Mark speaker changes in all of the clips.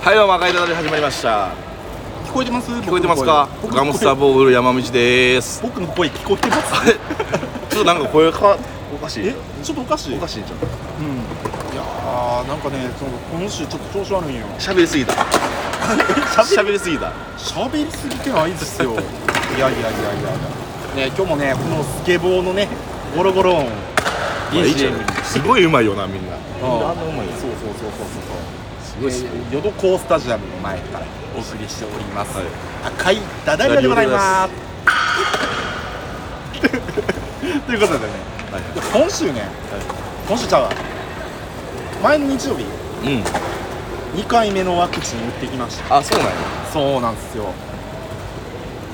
Speaker 1: はいどうも赤いダダで始まりました
Speaker 2: 聞こえてます
Speaker 1: 聞こえてますか
Speaker 2: 僕
Speaker 1: ガ
Speaker 2: の声
Speaker 1: ムスターボール山道です
Speaker 2: 僕の声聞こえてます
Speaker 1: あれちょっとなんか声か おかしい
Speaker 2: えちょっとおかしい
Speaker 1: おかしいじゃん
Speaker 2: うんいやーなんかねその今週ちょっと調子悪いんよ
Speaker 1: 喋りすぎた
Speaker 2: 喋
Speaker 1: 喋りすぎた
Speaker 2: 喋りすぎてないです よいやいやいやいやいやね今日もねこのスケボーのねゴロゴロ音
Speaker 1: まあいいじゃ
Speaker 2: BGM に
Speaker 1: んすごいうまいよなみんな
Speaker 2: あ
Speaker 1: あんなうまいよ
Speaker 2: そうそうそうそうそうそう
Speaker 1: す
Speaker 2: え
Speaker 1: ごいっすね
Speaker 2: ー、ヨドコースタジアムの前からお送りしております、
Speaker 1: はい
Speaker 2: 赤いダダリアでございますということでね
Speaker 1: はいは
Speaker 2: 今週ね今週ちゃうわ前の日曜日
Speaker 1: いうん
Speaker 2: 2回目のワクチン打ってきました
Speaker 1: あそうなんや
Speaker 2: そうなんですよ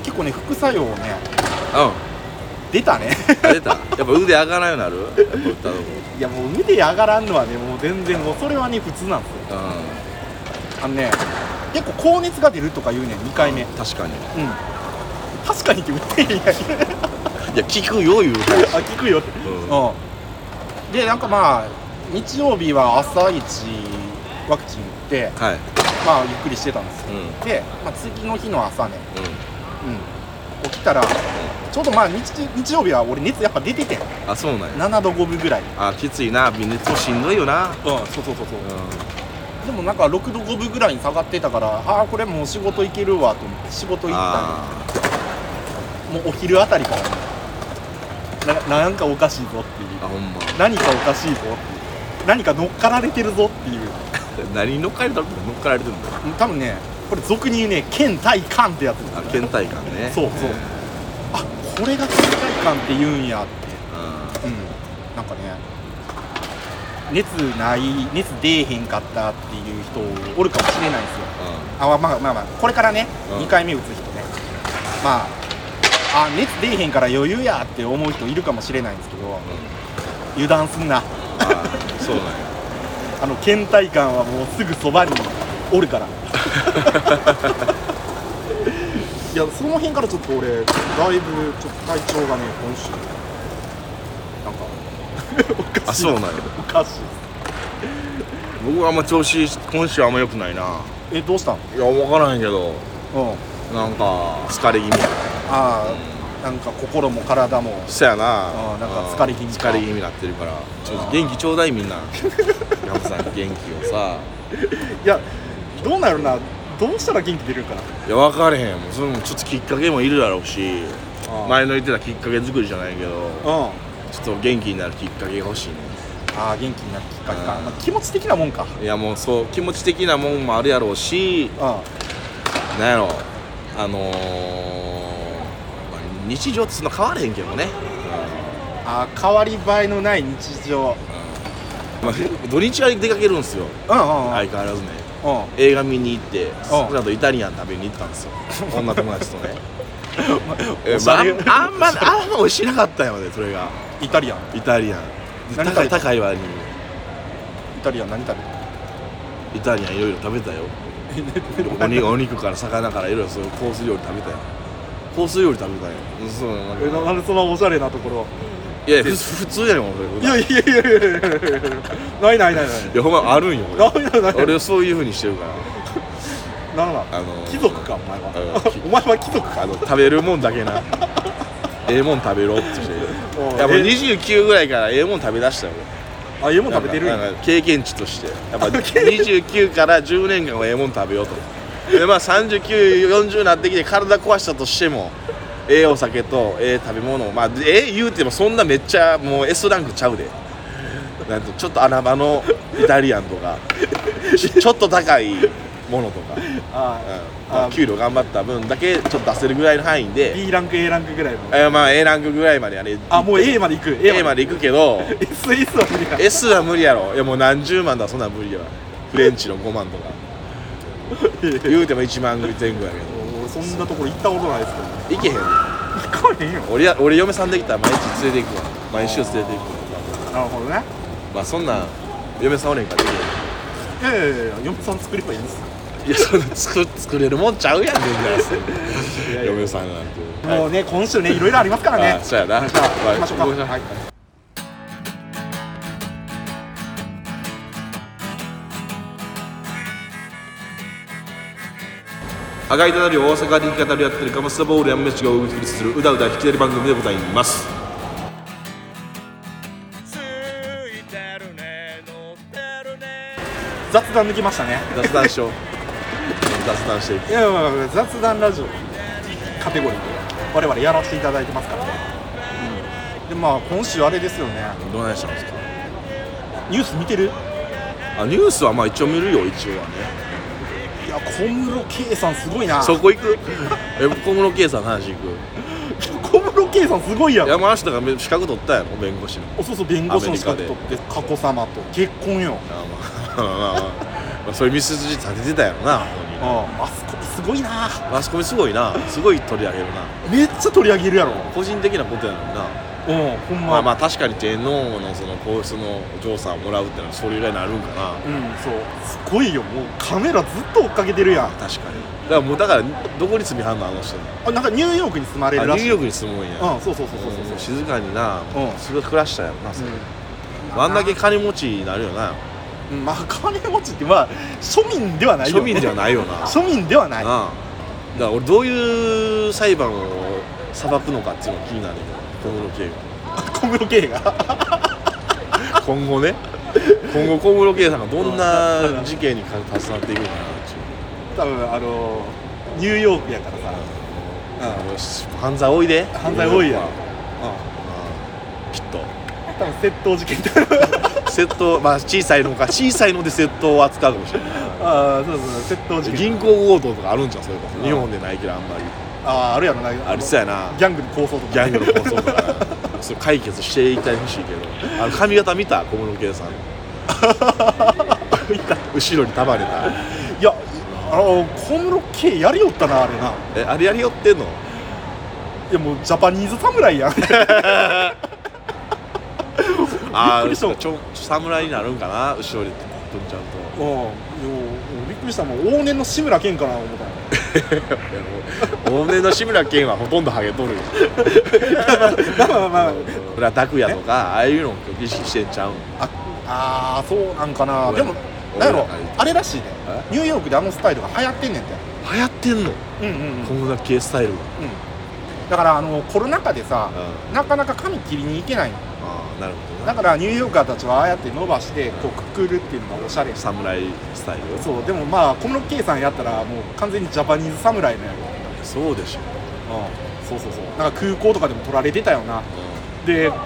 Speaker 2: 結構ね副作用ね
Speaker 1: うん
Speaker 2: 出たね
Speaker 1: あ出たやっぱ腕上がらんようになるやっぱ打ったとこ
Speaker 2: いやもう腕上がらんのはねもう全然もうそれはね普通なんですよ
Speaker 1: う
Speaker 2: あのね結構高熱が出るとか言うねん2回目うん
Speaker 1: ん確かに
Speaker 2: 確かにって打ってへんやん
Speaker 1: いや聞くよ言うて
Speaker 2: あ聞くよって、
Speaker 1: うん
Speaker 2: うん、でなんかまあ日曜日は朝一ワクチン打って
Speaker 1: はい
Speaker 2: まあゆっくりしてたんですよ
Speaker 1: うんうん
Speaker 2: で、まあ、次の日の朝ね、うん、起きたらちょうどまあ日日曜日は俺熱やっぱ出ててん
Speaker 1: あそうなんや
Speaker 2: 7度5分ぐらい
Speaker 1: あきついな微熱もしんどいよな
Speaker 2: うんそうそうそうそう
Speaker 1: うん
Speaker 2: でもなんか6度5分ぐらいに下がってたからああこれもう仕事行けるわと思って仕事行った
Speaker 1: あー
Speaker 2: んよもうお昼あたりからねななんかおかしいぞっていう
Speaker 1: あほんま
Speaker 2: 何かおかしいぞっていう何か乗っかられてるぞっていう
Speaker 1: 何に乗っかれたの乗っかられてるんだよ
Speaker 2: 多分ねこれ俗に言うね県対艦ってやつ
Speaker 1: あ倦怠感ね
Speaker 2: そうそうあこれが県対艦って言うんやっ
Speaker 1: う
Speaker 2: てうんなんかね熱ない熱出えへんかったっていう人おるかもしれないんですよ
Speaker 1: んうん
Speaker 2: あまあまあまあ、まあ、これからね、
Speaker 1: うん
Speaker 2: 2回目打つ人ねまああ熱出えへんから余裕やって思う人いるかもしれないんですけど油断すんな
Speaker 1: あーそうなんや
Speaker 2: あの倦怠感はもうすぐそばにおるから いやその辺からちょっと俺だいぶちょっと体調がね今週なんかおか
Speaker 1: あ
Speaker 2: し い
Speaker 1: そうなんや
Speaker 2: おかしい
Speaker 1: 僕はあんま調子今週あんま良くないな
Speaker 2: えどうしたの
Speaker 1: いや分からへんけど
Speaker 2: うん
Speaker 1: なんか疲れ気味
Speaker 2: ああなんか心も体も
Speaker 1: そやな
Speaker 2: あーなんか疲れ気味か
Speaker 1: 疲れ気味になってるからちょっと元気ちょうだいみん なヤムさんに元気をさ
Speaker 2: いやどうなるなどうしたら元気出るかない
Speaker 1: や分かれへんもうそれもちょっときっかけもいるだろうし
Speaker 2: あー
Speaker 1: 前の言ってたきっかけ作りじゃないけど
Speaker 2: うん
Speaker 1: ちょっと元気になるきっかけが欲しいね
Speaker 2: ああ元気になるきっかけか、
Speaker 1: うん
Speaker 2: まあ、気持ち的なもんか
Speaker 1: いやもうそう気持ち的なもんもあるやろうし
Speaker 2: あ
Speaker 1: なんやろあのーまあ日常ってそんな変われへんけどね、
Speaker 2: あ変わり映えのない日常
Speaker 1: まあ、土日は出かけるんですよ
Speaker 2: うんうんうん、
Speaker 1: 相変わらずね
Speaker 2: うん
Speaker 1: 映画見に行って少なとイタリアン食べに行ったん ですよ女友達とねえ
Speaker 2: おし
Speaker 1: ま
Speaker 2: ゃ
Speaker 1: あ、あ
Speaker 2: れ
Speaker 1: んあんまあんま美味しなかったよねそれが
Speaker 2: イタリアンイ
Speaker 1: イタリアンで
Speaker 2: 何食
Speaker 1: 高
Speaker 2: べ
Speaker 1: い
Speaker 2: た
Speaker 1: 高い割
Speaker 2: タリアン何食べ
Speaker 1: にイタリアンいろいろ食べ たよお肉お肉から魚からいろいろそういうコース料理食べたよコース料理食べたようんそうなんか
Speaker 2: えなんでそんなおしゃれなところ
Speaker 1: いやいやふ普通やねん俺
Speaker 2: いやいやいやいやいやいやないないないない
Speaker 1: いやほんまあるんよ
Speaker 2: ないないない
Speaker 1: 俺俺そういうふうにしてるから
Speaker 2: ならな
Speaker 1: あのー
Speaker 2: 貴族かお
Speaker 1: あ
Speaker 2: 前
Speaker 1: の
Speaker 2: はお前は貴族か
Speaker 1: あの食べるもんだけ なええもん食べろってして
Speaker 2: おう
Speaker 1: やっぱ
Speaker 2: え
Speaker 1: 29ぐらいからええもん食べだしたよ
Speaker 2: あ家も
Speaker 1: 俺
Speaker 2: 食べてるん
Speaker 1: な
Speaker 2: や
Speaker 1: んかなんか経験値としてやっぱ29から10年間はええもん食べようとでまあ3940になってきて体壊したとしてもええお酒とええ食べ物をまあええ言うてもそんなめっちゃもう S ランクちゃうでなんとちょっと穴場のイタリアンとかちょちょっと高いものとか、
Speaker 2: あ
Speaker 1: うんまあ給料頑張った分だけちょっと出せるぐらいの範囲で
Speaker 2: B ランク A ランクぐらいの
Speaker 1: えーまあ A ランクぐらいまであれ
Speaker 2: あもう A まで行く
Speaker 1: A ま
Speaker 2: で
Speaker 1: で行くけど
Speaker 2: SS は無理や
Speaker 1: S は無理やろいやもう何十万だそんなん無理やわフレンチの5万とか言うても1万ぐらい前後やけど
Speaker 2: 俺そんなところ行ったことないです
Speaker 1: 行け
Speaker 2: けど
Speaker 1: へん
Speaker 2: 行かれへんよ
Speaker 1: 俺や俺嫁さんできたら毎日連れて行くわ毎週連れて行くわ
Speaker 2: なるほどね
Speaker 1: まあそんなん嫁さんおれんからでき
Speaker 2: いやいやいや嫁さん作ればいいんです
Speaker 1: へんいやそんな作作れるもんちゃうやん全
Speaker 2: いや
Speaker 1: 然
Speaker 2: いや
Speaker 1: 嫁さんなんて
Speaker 2: もうね今週ねいろいろありますから
Speaker 1: はい
Speaker 2: ね
Speaker 1: あそうやな
Speaker 2: じゃあ行きましょうか
Speaker 1: はい
Speaker 2: はい
Speaker 3: 「
Speaker 1: あがいたなり大阪で生き語りやったりかますたボールやんめしがお送りするうだうだ引き出る番組でございます
Speaker 3: ついてるね乗ってるね
Speaker 2: 雑談抜きましたね
Speaker 1: 雑談しよう雑談していく
Speaker 2: いやまあまあ雑談ラジオカテゴリーで我々やらせていただいてますからね、うん、でまあ今週あれですよね
Speaker 1: どないしたんですか
Speaker 2: ニュース見てる
Speaker 1: あニュースはまあ一応見るよ一応はね
Speaker 2: いや小室圭さんすごいな
Speaker 1: そこ行くえ小室圭さんの話行く
Speaker 2: 小室圭さんすごいやろ
Speaker 1: 山下が資格取ったやろ弁護士の
Speaker 2: おそうそう弁護士の資格取って佳子さまと結婚よ
Speaker 1: あまあまあまあまあそういう道筋立ててたやろな本当に
Speaker 2: あああそこすごいな
Speaker 1: マスコミすごいなすごい取り上げるな
Speaker 2: めっちゃ取り上げるやろ
Speaker 1: 個人的なことやのにな
Speaker 2: うんほんま
Speaker 1: まあまあ確かに天皇のその皇室のお嬢さんをもらうってのはそれぐらいになるんかな
Speaker 2: うんそうすごいよもうカメラずっと追っかけてるやん
Speaker 1: 確かにだからもうだからどこに住みはんのあの人あ
Speaker 2: あなんかニューヨークに住ま
Speaker 1: ニ
Speaker 2: れ
Speaker 1: ュ
Speaker 2: るら
Speaker 1: ー
Speaker 2: しい
Speaker 1: ヨークに住むんや
Speaker 2: うんそうそうそうそうそう
Speaker 1: うん静かにな
Speaker 2: うん
Speaker 1: すごい暮らしたやろなあ
Speaker 2: うん
Speaker 1: んだけ金持ちになるよな
Speaker 2: うんまあ金持ちってまあ庶民ではないよ、ね、
Speaker 1: 庶民ではないよ な
Speaker 2: 庶民ではない
Speaker 1: なあだから俺どういう裁判を裁くのかっていうのが気になるよ小室圭が
Speaker 2: 小室圭が
Speaker 1: 今後ね今後小室圭さんがどんな事件にか携わっていくのかなっていう
Speaker 2: 多分あのニューヨークやからさ、
Speaker 1: もう犯罪多いで
Speaker 2: 犯罪多いやろ
Speaker 1: うんきっと
Speaker 2: 多分窃盗事件とか
Speaker 1: 窃盗まあ小さいのか小さいので窃盗を扱うかもしれない
Speaker 2: ああそうそうそう窃盗事件
Speaker 1: 銀行強盗とかあるんじゃんそれこそ
Speaker 2: ん
Speaker 1: 日本でないけどあんまり
Speaker 2: あああるやろな
Speaker 1: ありそうやな
Speaker 2: ギャングの抗争とか
Speaker 1: ギャングの構想とかそれ解決していきたいほしいけどあの髪型見た小室圭さん見た後ろに束ねた
Speaker 2: いやあの小室圭やりよったなあれな
Speaker 1: えあれやりよってんの
Speaker 2: いやもうジャパニーズ 侍やん
Speaker 1: あ
Speaker 2: びっく
Speaker 1: あ
Speaker 2: りした
Speaker 1: ちょ侍になるんかな後ろに飛んちゃう
Speaker 2: うんいやもうびっくりしたもう往年の志村けんかな思った
Speaker 1: と往年の志村けんはほとんどハゲとるよ
Speaker 2: まあまあまあ
Speaker 1: ブラダクヤとかああいうのを意識してんちゃうん
Speaker 2: ああーそうなんかな
Speaker 1: 俺
Speaker 2: でもなんやろ
Speaker 1: 俺らが言う
Speaker 2: あれらしいね
Speaker 1: え
Speaker 2: ニューヨークであのスタイルが流行ってんねんて
Speaker 1: 流行ってんの
Speaker 2: うんうんうん、う
Speaker 1: こ
Speaker 2: ん、
Speaker 1: んな系スタイルが
Speaker 2: だからあのコロナ禍でさ
Speaker 1: う
Speaker 2: なかなか髪切りに行けない
Speaker 1: ああなるほど
Speaker 2: だ
Speaker 1: な
Speaker 2: からニューヨーカーたちはああやって伸ばしてこうくくるっていうのがおしゃれ
Speaker 1: 侍スタイル
Speaker 2: そうでもまあ小室圭さんやったらもう完全にジャパニーズ侍のやろ
Speaker 1: そうでしょ、
Speaker 2: うんそうそうそうなんか空港とかでも撮られてたよなで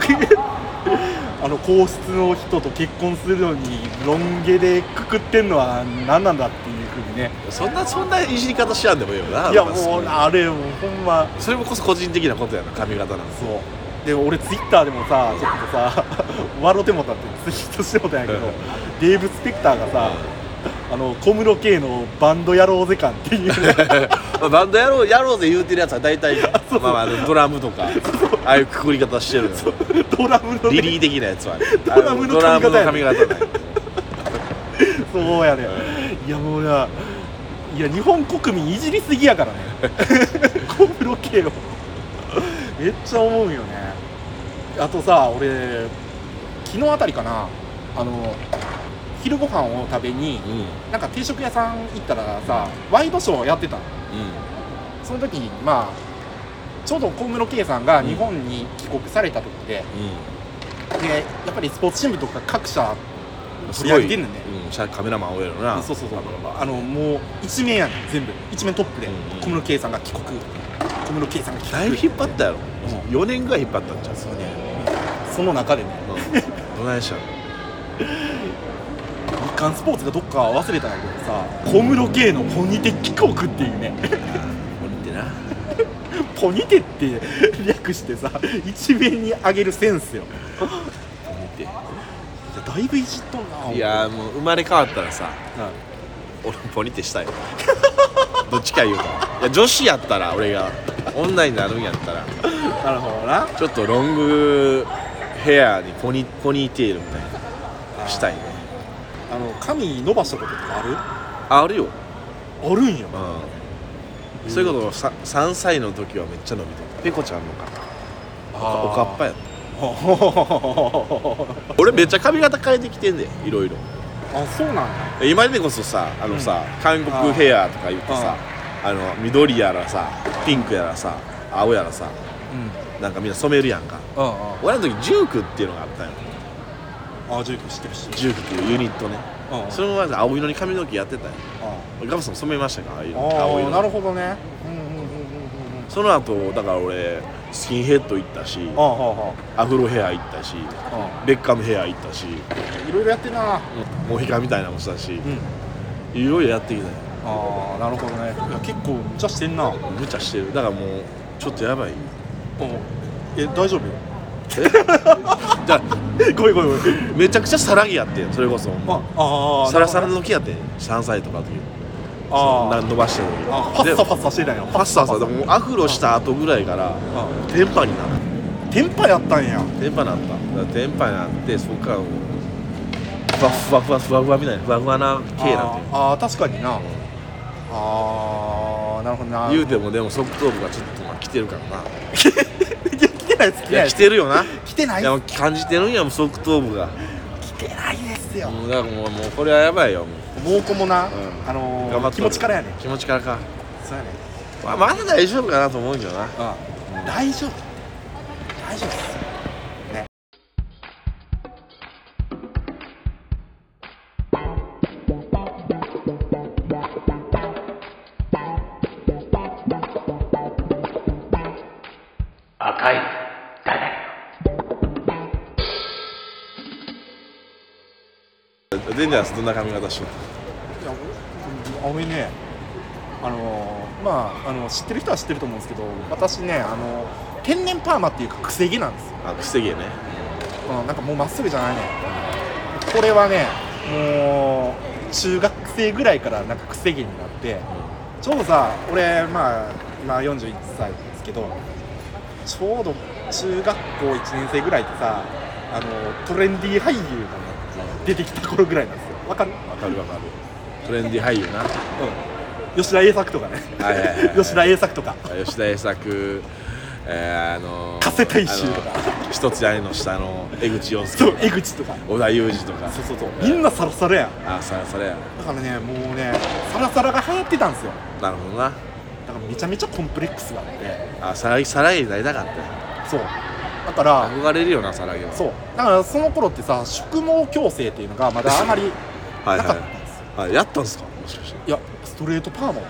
Speaker 2: あの皇室の人と結婚するのにロン毛でくくってんのは何なんだっていうふうにね
Speaker 1: そんなそんないじり方しやんでもいいよないい
Speaker 2: やもうあれもうほんま
Speaker 1: それもこそ個人的なことやな髪型なんです
Speaker 2: そうで俺ツイッターでもさちょっとさ 笑うてもたってツイートしてもたんやけど
Speaker 1: うん
Speaker 2: デーブ・スペクターがさあの小室圭のバンドやろうぜ感っていうね
Speaker 1: まあバンドやろうやろうぜ言うてるやつは大 体まあまあドラムとかああいうくくり方してるのよ
Speaker 2: ドラムの
Speaker 1: リ
Speaker 2: ね
Speaker 1: リー的なやつはね
Speaker 2: ドラムの
Speaker 1: あ
Speaker 2: 髪型 やね
Speaker 1: ドラムの髪型なんや
Speaker 2: そうやねいやもうないや日本国民いじりすぎやからね 小室圭をめっちゃ思うよねあとさ俺昨日あたりかなあの昼ご飯を食べに
Speaker 1: うんうん
Speaker 2: なんか定食屋さん行ったらさワイドショーやってたのその時にまあちょうど小室圭さんが日本に帰国された時で、でやっぱりスポーツ新聞とか各社
Speaker 1: うん
Speaker 2: 取り上げてんのね
Speaker 1: うんしゃカメラマン多いやろな
Speaker 2: そうそうそうあのもう一面やねん全部一面トップで
Speaker 1: うんうん
Speaker 2: 小室圭さんが帰国小室圭さんが帰国
Speaker 1: だいぶ引っ張ったやろ
Speaker 2: う
Speaker 1: 4年ぐらい引っ張ったんちゃう
Speaker 2: そうねその中でね
Speaker 1: うんどないしたの
Speaker 2: 日刊スポーツがどっか忘れたんやけどさ小室圭のポニテ帰国っていうね
Speaker 1: 俺ってな
Speaker 2: ポニテって略してさ一面に上げるセンスよ
Speaker 1: 見て
Speaker 2: いやだいぶいじっとんない
Speaker 1: いやーもう生まれ変わったらさ
Speaker 2: な
Speaker 1: 俺ポニテしたい どっちか言うといや女子やったら俺が女になるんやったら
Speaker 2: なるほどな
Speaker 1: ちょっとロングヘアにポニポニーテールみたいなしたいね
Speaker 2: あの髪伸ばしたこととかあ
Speaker 1: あるよ
Speaker 2: るあるんや
Speaker 1: うんそういうことをさ3歳の時はめっちゃ伸びてたペコちゃんのか
Speaker 2: あ
Speaker 1: お
Speaker 2: ー
Speaker 1: かっぱやっ
Speaker 2: あ
Speaker 1: た俺めっちゃ髪型変えてきてんでいろいろ
Speaker 2: そうなんや
Speaker 1: 今でこそさあのさ、韓国ヘアとか言ってさあの緑やらさピンクやらさ青やらさ
Speaker 2: うん
Speaker 1: なんかみんな染めるやんか
Speaker 2: ああ
Speaker 1: 俺の時ジュークっていうのがあったよ
Speaker 2: ああジューク知ってる知ってる
Speaker 1: ジュークっていうユニットね
Speaker 2: ああ
Speaker 1: それもまず青色に髪の毛やってたよ
Speaker 2: あ
Speaker 1: ガブさんも染めましたかああいう
Speaker 2: あ
Speaker 1: の青
Speaker 2: あ
Speaker 1: 色
Speaker 2: あなるほどねうんうんうんうんうんうん
Speaker 1: その後だから俺スキンヘッド行ったし
Speaker 2: ああは
Speaker 1: アフロヘア行ったし
Speaker 2: あはあ
Speaker 1: ベッカムヘア行ったし
Speaker 2: いろいろやってんなあ
Speaker 1: モヒカンみたいなのもしたし
Speaker 2: うん
Speaker 1: いろいろやってきたよ
Speaker 2: ああなるほどねいや結構無茶してんなうん
Speaker 1: 無茶してるだからもうちょっとやばい
Speaker 2: え大丈夫
Speaker 1: じゃあ
Speaker 2: ごいごいごい
Speaker 1: めちゃくちゃさらぎやってんそれこそ
Speaker 2: あああ
Speaker 1: サラサラ
Speaker 2: あ
Speaker 1: の時やってん3歳とかの時
Speaker 2: あ
Speaker 1: 何伸ばしてる
Speaker 2: あ
Speaker 1: 時
Speaker 2: パッサ
Speaker 1: で
Speaker 2: パッサしてたよ
Speaker 1: ファッサーさでもアフロした後ぐらいから
Speaker 2: あ
Speaker 1: テンパになっ
Speaker 2: テンパやったんや
Speaker 1: たテンパなっただからテンパになってそっからもうふわふわふわふわふわみたいなふわふわな系なんて
Speaker 2: あーあー確かになああなるほどな
Speaker 1: 言うてもでも側頭部がちょっとまあ来てるからない
Speaker 2: や来てないです
Speaker 1: い
Speaker 2: 来てな
Speaker 1: や来
Speaker 2: いです
Speaker 1: てるよな
Speaker 2: 来てない
Speaker 1: でも感じてるんやもう側頭部が
Speaker 2: 来てないですよ
Speaker 1: もうだからもうもうこれはやばいよもう
Speaker 2: 膀胱もな、
Speaker 1: ん
Speaker 2: あの
Speaker 1: 頑張
Speaker 2: ー、
Speaker 1: っとる
Speaker 2: 気持ちからやね
Speaker 1: 気持ちからか
Speaker 2: そうやね
Speaker 1: まあまだ大丈夫かなと思うけどな
Speaker 2: ああ大丈夫大丈夫ですね
Speaker 4: 赤い
Speaker 1: デンジャラスどんな髪型しよ
Speaker 2: いやうん青めねあのー、まああの知ってる人は知ってると思うんですけど私ねあの天然パーマっていうかくせ毛なんですよ、
Speaker 1: うあくせ毛ね
Speaker 2: うん、なんかもうまっすぐじゃないねこれはねもう中学生ぐらいからなんかくせ毛になってちょうどさ俺まあ今41歳ですけどちょうど中学校1年生ぐらいってさあのトレンディー俳優がね出てきた頃ぐらいなんですよわかる
Speaker 1: わかるわかるトレンディ俳優な
Speaker 2: うん、吉田栄作とかね、
Speaker 1: はいはいはいはい
Speaker 2: 吉田栄作とか、
Speaker 1: 吉田栄作えー、あのー、
Speaker 2: 加瀬大衆とか
Speaker 1: あの一つ屋根の下の江口洋
Speaker 2: そう
Speaker 1: 介
Speaker 2: 江口とか、
Speaker 1: 小田裕二とか
Speaker 2: そうそうそう、みんなサラサラやん、
Speaker 1: あそれそれや
Speaker 2: だからね、もうね、サラサラが流行ってたんですよ、
Speaker 1: なるほどな
Speaker 2: だからめちゃめちゃコンプレックスがあって、
Speaker 1: あさらぎさらぎになりたかった
Speaker 2: そう、だから、
Speaker 1: 憧れるよなさらぎは
Speaker 2: そう、だからその頃ってさ、縮毛矯正っていうのがまだあまり
Speaker 1: は
Speaker 2: ない
Speaker 1: は
Speaker 2: かったんですよ、
Speaker 1: い、はい、やったんすかもしかして
Speaker 2: いや、ストレートパーマが、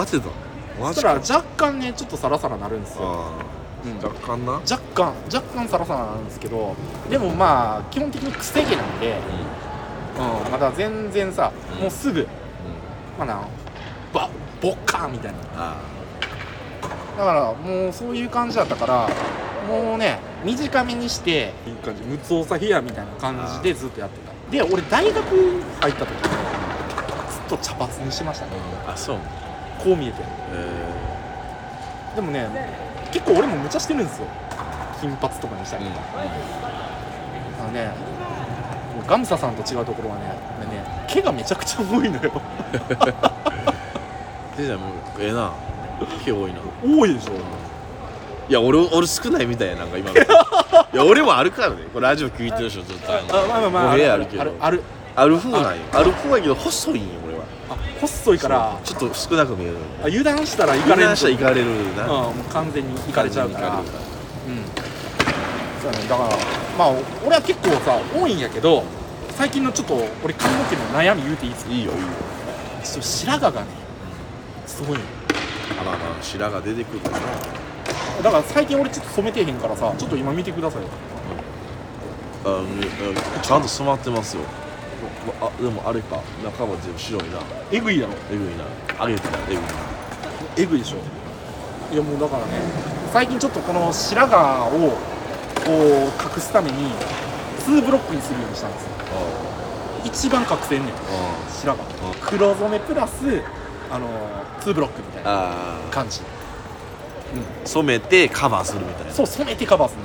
Speaker 1: 合ってたマ
Speaker 2: そ
Speaker 1: ジ
Speaker 2: したら
Speaker 1: か
Speaker 2: 若干ね、ちょっとサラサラなるんですよ。
Speaker 1: あ
Speaker 2: うん
Speaker 1: ー若干な
Speaker 2: 若干若干サラサラなんですけどでもまあ基本的にくせ毛なんで、うん、まだ全然さ
Speaker 1: うん
Speaker 2: もうすぐ、まあなばボッカーンみたいなだ
Speaker 1: あ
Speaker 2: からもうそういう感じだったからもうね短めにしていい感じムツオサヘアみたいな感じでずっとやってたで俺大学入った時にずっと茶髪にしてましたね
Speaker 1: ーあそう
Speaker 2: こう見えて
Speaker 1: え
Speaker 2: でもね結構俺も無茶してるんですよ金髪とかにした
Speaker 1: ー
Speaker 2: り
Speaker 1: う
Speaker 2: と
Speaker 1: ん
Speaker 2: か、あのねもうガムサさんと違うところはね俺ね毛がめちゃくちゃ多いのよ
Speaker 1: でじゃあもうええな毛多いな
Speaker 2: 多いでしょ
Speaker 1: いや俺俺少ないみたいやなんか今 のいや俺もあるからねこれラジオ聞いてるでしょずっとあの
Speaker 2: あまあまあまあ
Speaker 1: お部屋あ
Speaker 2: る
Speaker 1: るけど
Speaker 2: あるある
Speaker 1: ある方なんよある方やけど細いんよ俺は
Speaker 2: あ細いから
Speaker 1: ちょっと少なく見える
Speaker 2: あ油断したらい
Speaker 1: 行か
Speaker 2: かれ
Speaker 1: れ
Speaker 2: る
Speaker 1: る人は行かれる
Speaker 2: うん
Speaker 1: な
Speaker 2: もう完全にいかれちゃうからう
Speaker 1: 完
Speaker 2: ん
Speaker 1: 全に行か
Speaker 2: そうやねだからまあ俺は結構さ多いんやけど最近のちょっと俺髪の毛の悩み言うていいです
Speaker 1: れるいいよいいよ
Speaker 2: かちょっと白髪がねすごいの
Speaker 1: あまあまあ白が出てくるからな
Speaker 2: だから最近俺ちょっと染めてへんからさちょっと今見てくださいよ
Speaker 1: あうんうんちゃんと染まってますよあでもあれか中は全部白いな
Speaker 2: えぐいやろ
Speaker 1: えぐいなあげてたえぐいな
Speaker 2: えぐいでしょいやもうだからね最近ちょっとこの白髪をこう隠すために2ブロックにするようにしたんですよ
Speaker 1: あ
Speaker 2: 一番隠せんねん
Speaker 1: あ
Speaker 2: 白
Speaker 1: うん
Speaker 2: 髪黒染めプラスあの2ブロックみたいな
Speaker 1: ああ
Speaker 2: 感じ
Speaker 1: 染めてカバーするみたいな
Speaker 2: そう染めてカバーすんね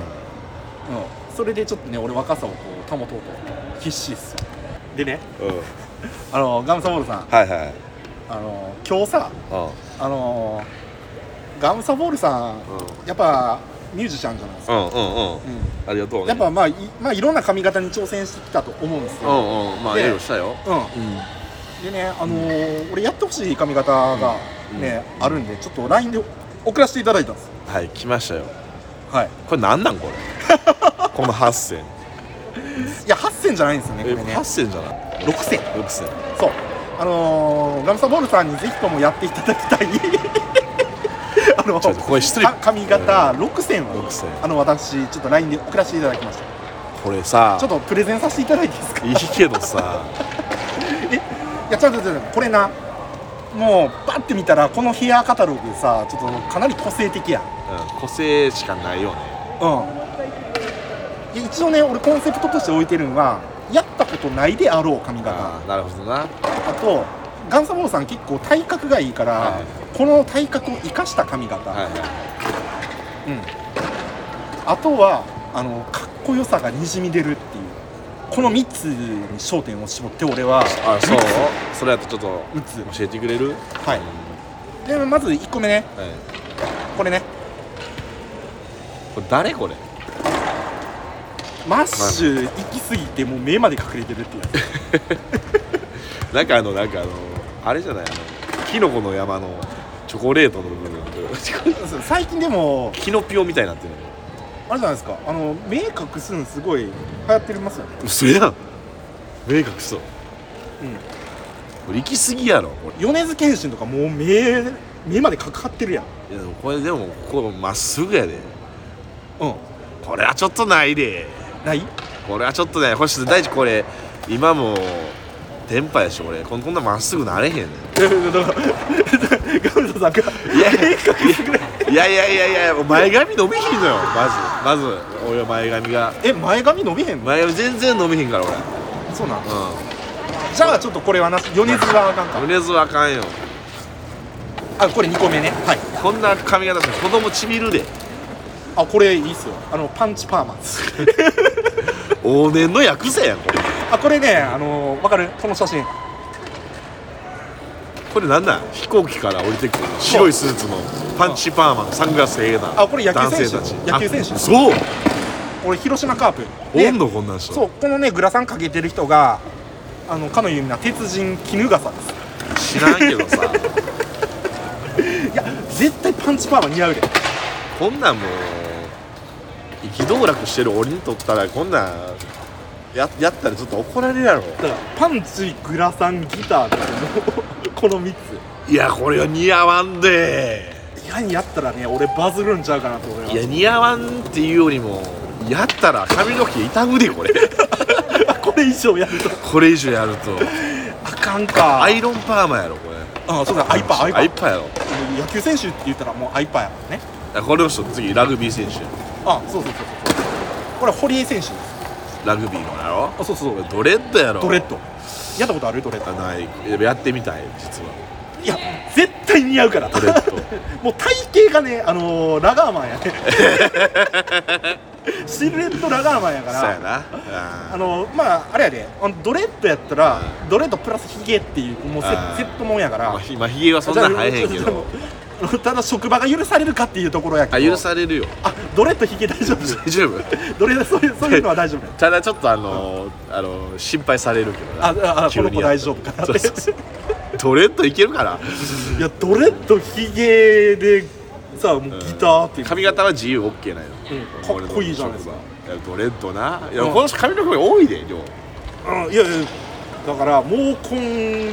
Speaker 2: ん、うん、それでちょっとね俺若さをこう保とうと必死っすよでね
Speaker 1: うん
Speaker 2: あのガムサボールさん
Speaker 1: はいはい
Speaker 2: あの今日さ
Speaker 1: あ
Speaker 2: あのガムサボールさん
Speaker 1: う
Speaker 2: やっぱミュージシャンじゃないですか、
Speaker 1: うんうんうん
Speaker 2: うん
Speaker 1: ありがとうね
Speaker 2: やっぱまあい,、まあ、いろんな髪型に挑戦してきたと思うんです
Speaker 1: う
Speaker 2: よ、
Speaker 1: んうんまあ
Speaker 2: で
Speaker 1: エロしたよ
Speaker 2: うん
Speaker 1: うん
Speaker 2: でね、あのー俺やってほしい髪型がね、あるんでちょっと LINE で送らせていただいたんです
Speaker 1: はい来ましたよ
Speaker 2: はい
Speaker 1: これなんなん これこの8000
Speaker 2: いや8000じゃないんですよねこ
Speaker 1: え
Speaker 2: れね
Speaker 1: 8000じゃない
Speaker 2: 6000
Speaker 1: 6000
Speaker 2: そうあのー、ガムサボールさんにぜひともやっていただきたい あの
Speaker 1: ちょっとこれ失礼
Speaker 2: か髪型6000は、
Speaker 1: 6000
Speaker 2: あの私ちょっと LINE で送らせていただきました
Speaker 1: これさ
Speaker 2: ちょっとプレゼンさせていただいていいで すか
Speaker 1: いいけどさ
Speaker 2: いやちょっとちょっとこれなもうバッて見たらこのヘアカタログさちょっとかなり個性的や
Speaker 1: うん個性しかないよね
Speaker 2: うんで一応ね俺コンセプトとして置いてるのはやったことないであろう髪型あ
Speaker 1: ああなるほどな
Speaker 2: とガンサボールさん結構体格がいいから、
Speaker 1: はい
Speaker 2: この体格を生かした髪型、
Speaker 1: はいはい
Speaker 2: うん、あとはあのかっこよさがにじみ出るっていうこの3つに焦点を絞って俺は
Speaker 1: あそうそれやとちょっと
Speaker 2: 打つ
Speaker 1: 教えてくれる
Speaker 2: はいでまず1個目ね
Speaker 1: はい
Speaker 2: これね
Speaker 1: これ誰これ
Speaker 2: マッシュ行き過ぎてもう目まで隠れてる っていうや
Speaker 1: なんかあのなんかあのあれじゃないあのキノコの山のチョコレートの部 分
Speaker 2: つ最近でも
Speaker 1: キノピオみたいになってる
Speaker 2: あれじゃないですかあの目隠すのすごい流行ってますよね
Speaker 1: 嘘やん目隠そう
Speaker 2: うん
Speaker 1: これ行き過ぎやろこ
Speaker 2: 米津玄師とかもう目目までかかってるやん
Speaker 1: れいやでもこれでもここまっすぐやで
Speaker 2: うん
Speaker 1: これはちょっとないで
Speaker 2: ない
Speaker 1: これはちょっとねこれちょっと大地これ今もう電波やし俺こんこんなまっすぐなれへんねん
Speaker 2: ガムサさんが
Speaker 1: いやいやいやいやいやいや前髪伸びひんのよまずまず俺は前髪が
Speaker 2: え前髪伸びへんの
Speaker 1: 前髪全然伸びひんから俺
Speaker 2: そうなん
Speaker 1: う
Speaker 2: じゃあちょっとこれはなし米津はあかんか
Speaker 1: ん胸ずはあかんよ
Speaker 2: あこれ2個目ねはい
Speaker 1: こんな髪型して子供ちびるで
Speaker 2: あこれいいっすよあのパンチパーマ です
Speaker 1: 往年のヤクザやんこれ
Speaker 2: あこれねあのー、わかるこの写真
Speaker 1: これなんなん飛行機から降りてくる白いスーツのパンチパーマのサングラスええな
Speaker 2: あこれ野球選手
Speaker 1: 男性たち
Speaker 2: 野球選手
Speaker 1: あそう
Speaker 2: 俺広島カープ
Speaker 1: おんのこんなん人
Speaker 2: そうこのねグラサンかけてる人があのかの有名な鉄人衣笠です
Speaker 1: 知らんけどさ
Speaker 2: いや絶対パンチパーマ似合うで
Speaker 1: こんなんもう生き道楽してる俺にとったらこんなんややったらちょっと怒られるやろ
Speaker 2: だからパンチグラサンギターってもうこの3
Speaker 1: いやこれは似合わんで
Speaker 2: つ意外にやったらね俺バズるんちゃうかなと思います
Speaker 1: いや似合わんっていうよりもやったら髪の毛痛むでこれ
Speaker 2: これ以上やると
Speaker 1: これ以上やると
Speaker 2: あかんか
Speaker 1: アイロンパーマやろこれ
Speaker 2: あそうだアイパーアイパ
Speaker 1: アイ
Speaker 2: ー
Speaker 1: パーやろ
Speaker 2: 野球選手って言ったらもうアイパーやもんね
Speaker 1: あこれの人次ラグビー選手
Speaker 2: あそうそうそうそうこれ堀江選手です
Speaker 1: ラグビーのやろ
Speaker 2: あそうそう
Speaker 1: これドレッドやろ
Speaker 2: ドレッドやったことあるドレッ
Speaker 1: あ
Speaker 2: ド
Speaker 1: ないでもやってみたい実はい
Speaker 2: や絶対似合うから
Speaker 1: ドレッド
Speaker 2: もう体型がねあのー、ラガーマンやねシルエットラガーマンやから
Speaker 1: そうやな
Speaker 2: あ
Speaker 1: あ
Speaker 2: のー、まああれやであのドレッドやったらドレッドプラスヒゲっていうもうセ
Speaker 1: あー
Speaker 2: セットもんやから
Speaker 1: ーまあひまあひげはそんな生えへんけ
Speaker 2: じゃあちょ
Speaker 1: ど
Speaker 2: っとあのただ職場が許されるかっていうところやけ
Speaker 1: あ
Speaker 2: ど
Speaker 1: 許されるよ
Speaker 2: あドレッドヒゲ大丈夫
Speaker 1: 大丈夫
Speaker 2: ドレッドそういうそういうのは大丈夫
Speaker 1: ただちょっとあのーあのー心配されるけどな
Speaker 2: あああ
Speaker 1: 急に
Speaker 2: この子
Speaker 1: や
Speaker 2: 大
Speaker 1: った
Speaker 2: 丈夫かなって
Speaker 1: そうそうそうドレッドいけるから
Speaker 2: いやドレッドヒゲでさもうギターっていう
Speaker 1: 髪型は自由 OK なんよ、
Speaker 2: かっこいいじゃないですか
Speaker 1: 俺の職場いやドレッドないや、
Speaker 2: うん
Speaker 1: この人髪の毛多いで量
Speaker 2: うんいやいやだから毛根の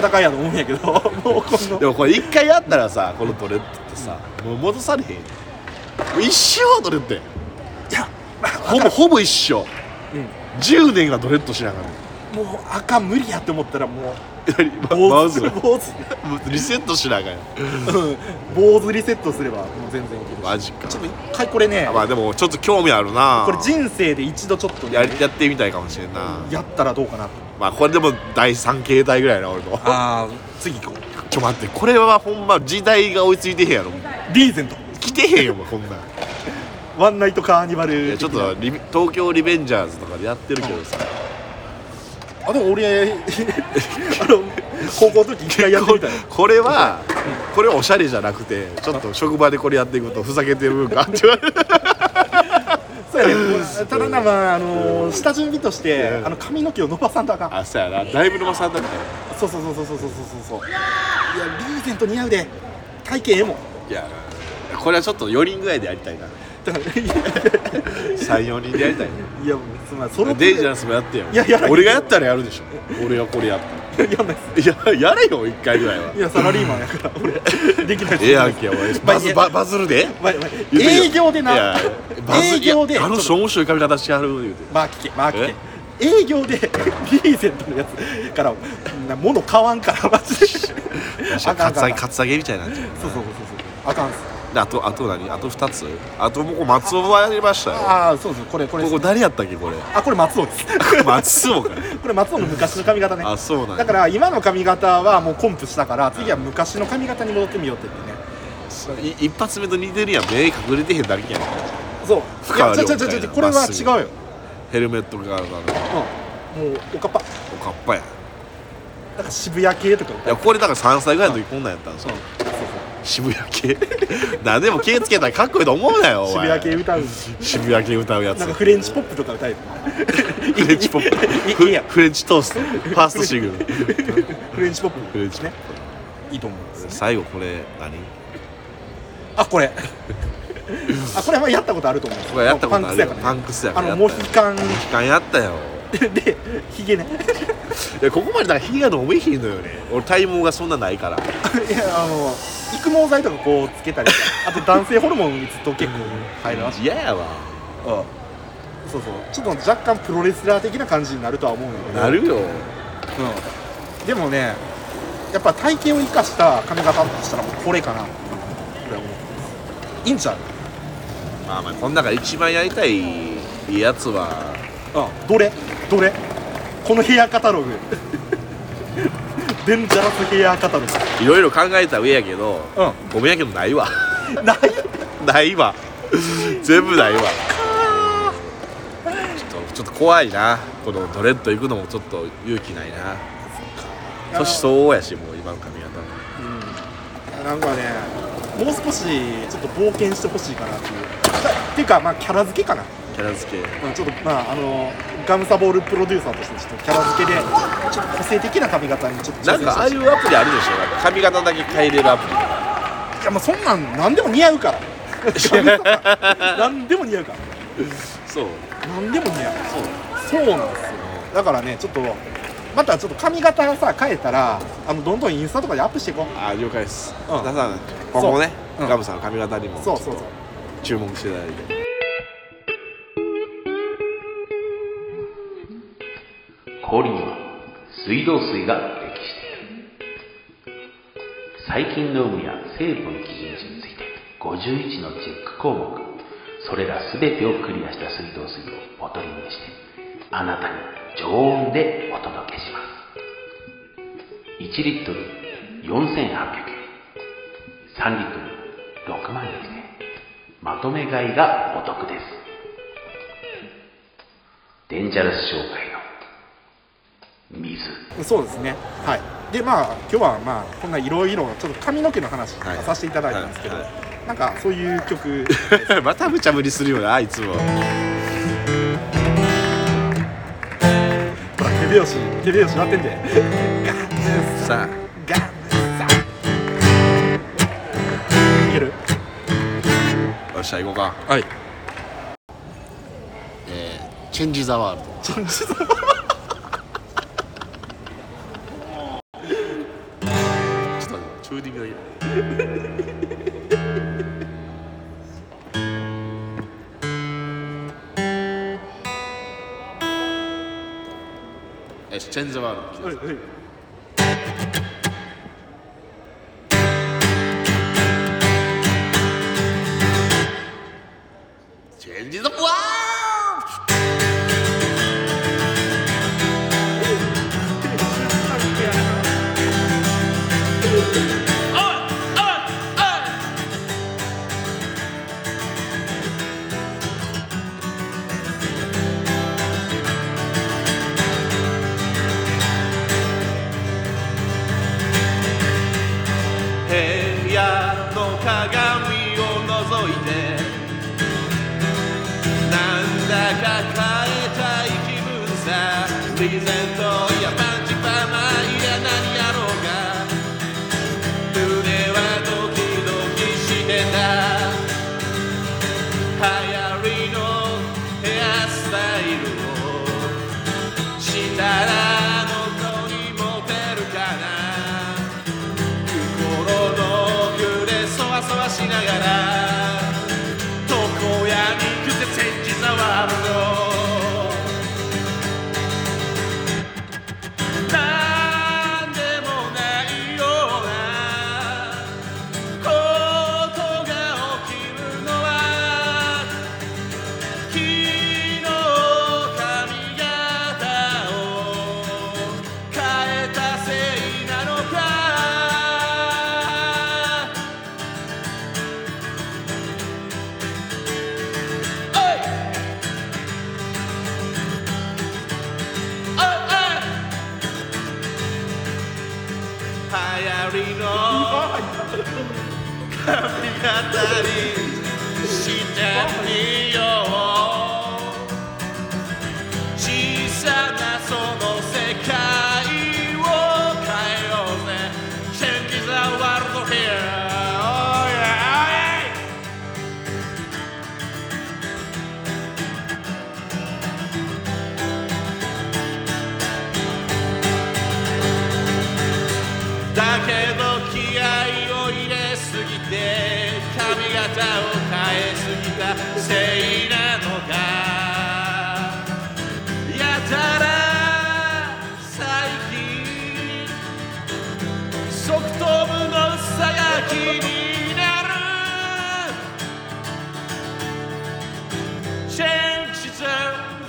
Speaker 2: 戦いやと思うんやけど 毛根の
Speaker 1: でもこれ一回やったらさこのドレッドってさ、もう戻されへんよもう一生ドレッドやん
Speaker 2: いや
Speaker 1: ほぼほぼ一生10年がドレッドしながら
Speaker 2: うんもう赤無理やって思った らもう
Speaker 1: ま
Speaker 2: 坊
Speaker 1: ず
Speaker 2: 主坊主
Speaker 1: リセットしながら
Speaker 2: うん坊主リセットすればもう全然いける
Speaker 1: マジか
Speaker 2: ちょっと一回これね
Speaker 1: あまあでもちょっと興味あるな
Speaker 2: これ人生で一度ちょっとね
Speaker 1: ややってみたいかもしれんな
Speaker 2: やったらどうかなと
Speaker 1: まあこれでも第3形態ぐらいやな俺の
Speaker 2: ああ次行こ
Speaker 1: ちょ待ってこれはほんま時代が追いついてへんやろ
Speaker 2: うリーゼント
Speaker 1: 来てへんよもうこんなん
Speaker 2: ワンナイトカーニバル
Speaker 1: いやちょっとリベ東京リベンジャーズとかでやってるけどさ
Speaker 2: あでも俺 あの高校の時一回やってみたよ
Speaker 1: これはこれはおしゃれじゃなくてちょっと職場でこれやっていくとふざけてる部分があって言われる
Speaker 2: そそうやねただなまああのー下準備としてあの髪の毛を伸ばさんとあかん
Speaker 1: あそうやなだいぶ伸ばさんだったよ
Speaker 2: そうそうそうそうそうそうそうそういやリーゼント似合うで体型ええもん
Speaker 1: いやこれはちょっと4人ぐらいでやりたいな
Speaker 2: だからい
Speaker 1: 34人でやりたいね
Speaker 2: やいやもうつまりその
Speaker 1: デンジャラスもやってよ
Speaker 2: いややらない
Speaker 1: 俺がやったらやるでしょ俺がこれやっ
Speaker 2: やんないっす
Speaker 1: たらいややれよ1回ぐらいはい
Speaker 2: やサラリーマンやから俺できないっす
Speaker 1: ええやんけお前バズババズるで
Speaker 2: まあま
Speaker 1: 言う
Speaker 2: あ
Speaker 1: てるよ
Speaker 2: 営業で
Speaker 1: い
Speaker 2: な
Speaker 1: やバズ
Speaker 2: 営業で
Speaker 1: いやあの人面白い髪型してはる言うて
Speaker 2: まあ聞けまあ聞け営業でリーゼントのやつからな物買わんからマジで あかん
Speaker 1: カ
Speaker 2: あ
Speaker 1: ツア
Speaker 2: か
Speaker 1: ゲ
Speaker 2: んあかん
Speaker 1: カツアゲみたいになっちゃう
Speaker 2: そうそうそうそうあかんっす
Speaker 1: であとあと何あと2つあと僕松尾はやりましたよ
Speaker 2: ああそうそうこれこれ
Speaker 1: ここ誰やったっけこれ
Speaker 2: あこれ松尾です
Speaker 1: 松尾か
Speaker 2: これ松尾の昔の髪型ね
Speaker 1: あそうなんや
Speaker 2: だから今の髪型はもうコンプしたから次は昔の髪型に戻ってみようって言ってね
Speaker 1: い一発目と似てるやん目隠れてへんだけやん
Speaker 2: そう
Speaker 1: 深
Speaker 2: いや
Speaker 1: い
Speaker 2: ち
Speaker 1: よ
Speaker 2: ょちょちょちょ
Speaker 1: みたいな
Speaker 2: これ
Speaker 1: ま
Speaker 2: は
Speaker 1: っす
Speaker 2: 違
Speaker 1: ぐ
Speaker 2: うよ
Speaker 1: ヘルメットがあるの
Speaker 2: うんもうおかっぱ
Speaker 1: おかっぱやん
Speaker 2: なんか渋谷系とか
Speaker 1: いやこれだから3歳ぐらいの時こんなんやったんですよ渋谷系 何でも気つけたらかっこいいと思うなよお
Speaker 2: 渋
Speaker 1: 前
Speaker 2: 谷系歌う
Speaker 1: 渋谷系歌うやつ
Speaker 2: なんかフレンチポップとか歌える
Speaker 1: フレンチポップ
Speaker 2: い
Speaker 1: フ
Speaker 2: いいや
Speaker 1: レフレンチトーストファーストシングル
Speaker 2: フレンチポップ
Speaker 1: フレンチポッ
Speaker 2: いいと思うんです
Speaker 1: プ最後これ何
Speaker 2: あこれあこれはやったことあると思う
Speaker 1: これやったことあるよ
Speaker 2: パ
Speaker 1: パ
Speaker 2: ン
Speaker 1: ン
Speaker 2: ク
Speaker 1: ク
Speaker 2: ス
Speaker 1: ス
Speaker 2: や
Speaker 1: や
Speaker 2: か
Speaker 1: からら
Speaker 2: ねあ
Speaker 1: や
Speaker 2: のモ
Speaker 1: った
Speaker 2: ヒ
Speaker 1: よ
Speaker 2: カン
Speaker 1: 時間やったよ
Speaker 2: で ヒゲね
Speaker 1: いやここまでだからヒゲが伸びひんのよね俺体毛がそんなないから
Speaker 2: いやあの育毛剤とかこうつけた りあと男性ホルモン打つと結構入るらしい
Speaker 1: 嫌やわ
Speaker 2: そうそうちょっと若干プロレスラー的な感じになるとは思うんだけど
Speaker 1: なるよ
Speaker 2: うんでもねやっぱ体型を生かした髪型としたらもうこれかな俺はもういいんちゃう
Speaker 1: まあまあこの中で一番やりたいやつは
Speaker 2: うんどれどれこのヘアカタ ログデンジャラスヘアカタログ
Speaker 1: いろいろ考えた上やけど、
Speaker 2: う
Speaker 1: ごめんやけどないわ
Speaker 2: ない
Speaker 1: ないわ 全部ないわちょっとちょっと怖いなこのドレッド行くのもちょっと勇気ないな年相応やしもう今の髪型も
Speaker 2: うんなんかねもう少しちょっと冒険してほしいかなっていうっていうかまあキャラ付けかな、
Speaker 1: キャラ付け
Speaker 2: うん、ちょっとまああのガムサボールプロデューサーとしてちょっとキャラ付けでちょっと個性的な髪型にちょっと挑戦して
Speaker 1: なんかああ
Speaker 2: ほし
Speaker 1: い
Speaker 2: いう
Speaker 1: アプリあるでしょなんか髪型だけ変えれるアプ
Speaker 2: いやもうそんなん何でも似合うから 神様何でも似合うから
Speaker 1: リそう
Speaker 2: 何でも似合うそうそうなんですよだからねちょっとまたちょっと髪型さ変えたらあのどんどんインスタとかでアップしていこ
Speaker 1: ああ了解です、
Speaker 2: うん
Speaker 1: 皆さん今後ね、
Speaker 2: うん
Speaker 1: ガムさんの髪型にも
Speaker 2: うそうそうそう
Speaker 1: 注目していただいて
Speaker 4: 氷には水道水が適している細菌の有無や成分基準値について51のチェック項目それら全てをクリアした水道水をボトリングしてあなたに常温でお届けします1リットル4800円3リットル6万円まとめ買いがお得ですデンジャラス商会の水
Speaker 2: そうですねはいでまあ今日はまあこんないろいろちょっと髪の毛の話
Speaker 1: はい
Speaker 2: させていただいたんですけど、
Speaker 1: はいは
Speaker 2: なんかそういう曲
Speaker 1: また無茶ぶりするよなあいつも
Speaker 2: ほら手拍子 手拍子なってんでガッツ
Speaker 1: さあ
Speaker 2: ガッツいける
Speaker 1: よっしゃ行こうか
Speaker 2: はい
Speaker 1: えー、チェンジ・ザ・ワールド
Speaker 2: チェンジさん
Speaker 1: ちょっと待ってチューニングだけえチェンジ・ザ・ワールド
Speaker 2: はいはい
Speaker 1: チェンジ・ザ・ワール
Speaker 5: 「
Speaker 3: 流行りの髪型にしてみよう小さなその世界を変えようぜ Change the world here Oh, yeah. だけど気合を入れすぎて髪型を変えすぎたせいなのかやたら最近側頭部の差が気になる Change the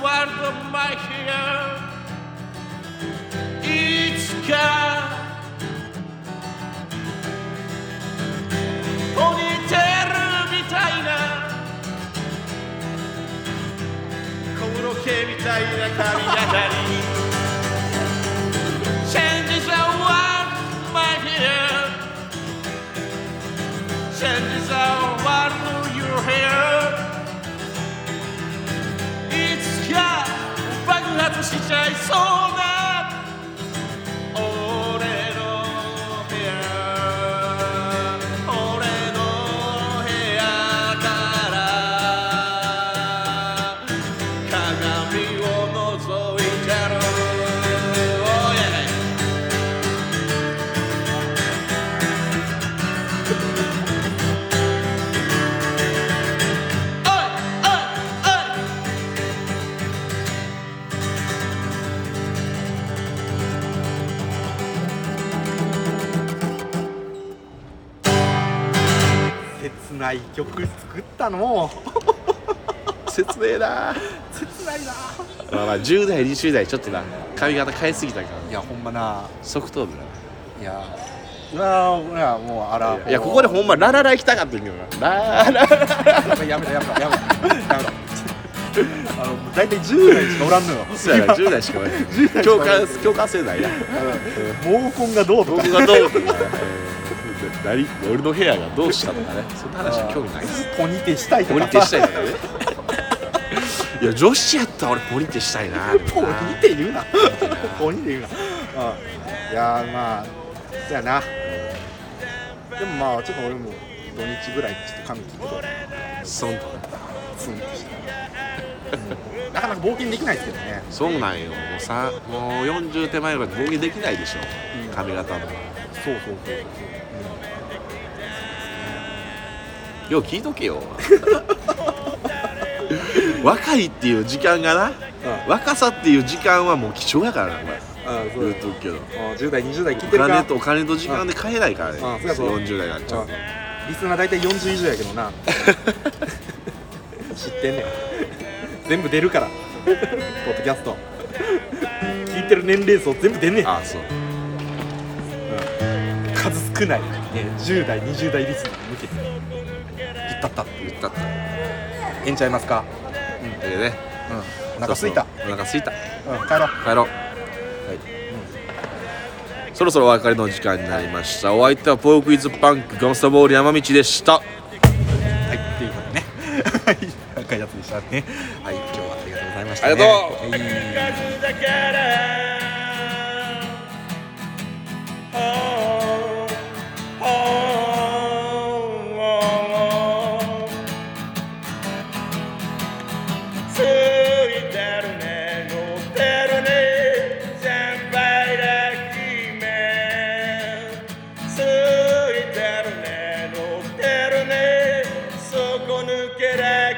Speaker 3: world my hair いつかポニーテールみたいな小室圭みたいな髪型に Changes the world, my dear Changes the world, you're here いつか爆発しちゃいそうな俺の部屋俺の部屋から鏡を覗いてる Oh, yeah. おいおいおい
Speaker 2: 切ない曲作ったの
Speaker 1: 切ねえな
Speaker 2: 切ないな
Speaker 1: まあまあ10代20代ちょっとな髪型変えすぎたから
Speaker 2: いやほんまな
Speaker 1: 側頭部ない
Speaker 2: やうわー俺らもうあら
Speaker 1: いやここでほんまラララ行きたかったんやけどなラララ
Speaker 2: やめろやめろやめろやめろ あの大体10代しかおらんのよ
Speaker 1: そうやな10代しかない
Speaker 2: 代しか
Speaker 1: 共
Speaker 2: おらん
Speaker 1: 感共感世代や
Speaker 2: 毛根がどうとか
Speaker 1: 僕がどうとか何俺の部屋がどうしたとかねそんな話は興味ないです
Speaker 2: ポニテしたいと
Speaker 1: ポ
Speaker 2: か
Speaker 1: リテしたいとかねいや女子やったら俺ポリテしたい な
Speaker 2: ポニテ言うな ポニテ言うなうんいやーまあそやなでもまあちょっと俺も土日ぐらいちょっと髪切ってこう
Speaker 1: そう
Speaker 2: ツンとした、うん、なかなか冒険できないですけどね
Speaker 1: そうなんよもうさもう40手前まで合議できないでしょ
Speaker 2: うん
Speaker 1: 髪型も
Speaker 2: そうそうそうそう
Speaker 1: よう聞いとけよ 若いっていう時間がな若さっていう時間はもう貴重やからなお前
Speaker 2: うんそう
Speaker 1: 言
Speaker 2: ん
Speaker 1: うとくけど
Speaker 2: 10代20代聞い
Speaker 1: お
Speaker 2: てる
Speaker 1: 金
Speaker 2: か
Speaker 1: とお金と時間で買えないからね
Speaker 2: うんそうやそう
Speaker 1: 40代になっちゃうと
Speaker 2: うんリスナー大体40以上やけどな 知ってんねん全部出るからポッドキャスト聞いてる年齢層全部出んねん
Speaker 1: ああそう
Speaker 2: 数少ない、ね、10代20代リスナーに向けて言ったった
Speaker 1: 言ったった
Speaker 2: ええんちゃいますか
Speaker 1: だけどね
Speaker 2: お腹すいた
Speaker 1: そうそうお腹すいた
Speaker 2: うん帰ろう
Speaker 1: 帰ろうはい、そろそろお別れの時間になりましたお相手はポークイズパンクガンスタボール山道でした
Speaker 2: はいっていうことでね はい赤いやつでしたねはい今日はありがとうございました、ね、
Speaker 1: ありがとう
Speaker 2: う、はい
Speaker 3: 数だから「Oh, oh, oh, oh ついてるね乗ってるね先輩だ君ついてるね乗ってるねそこ抜けない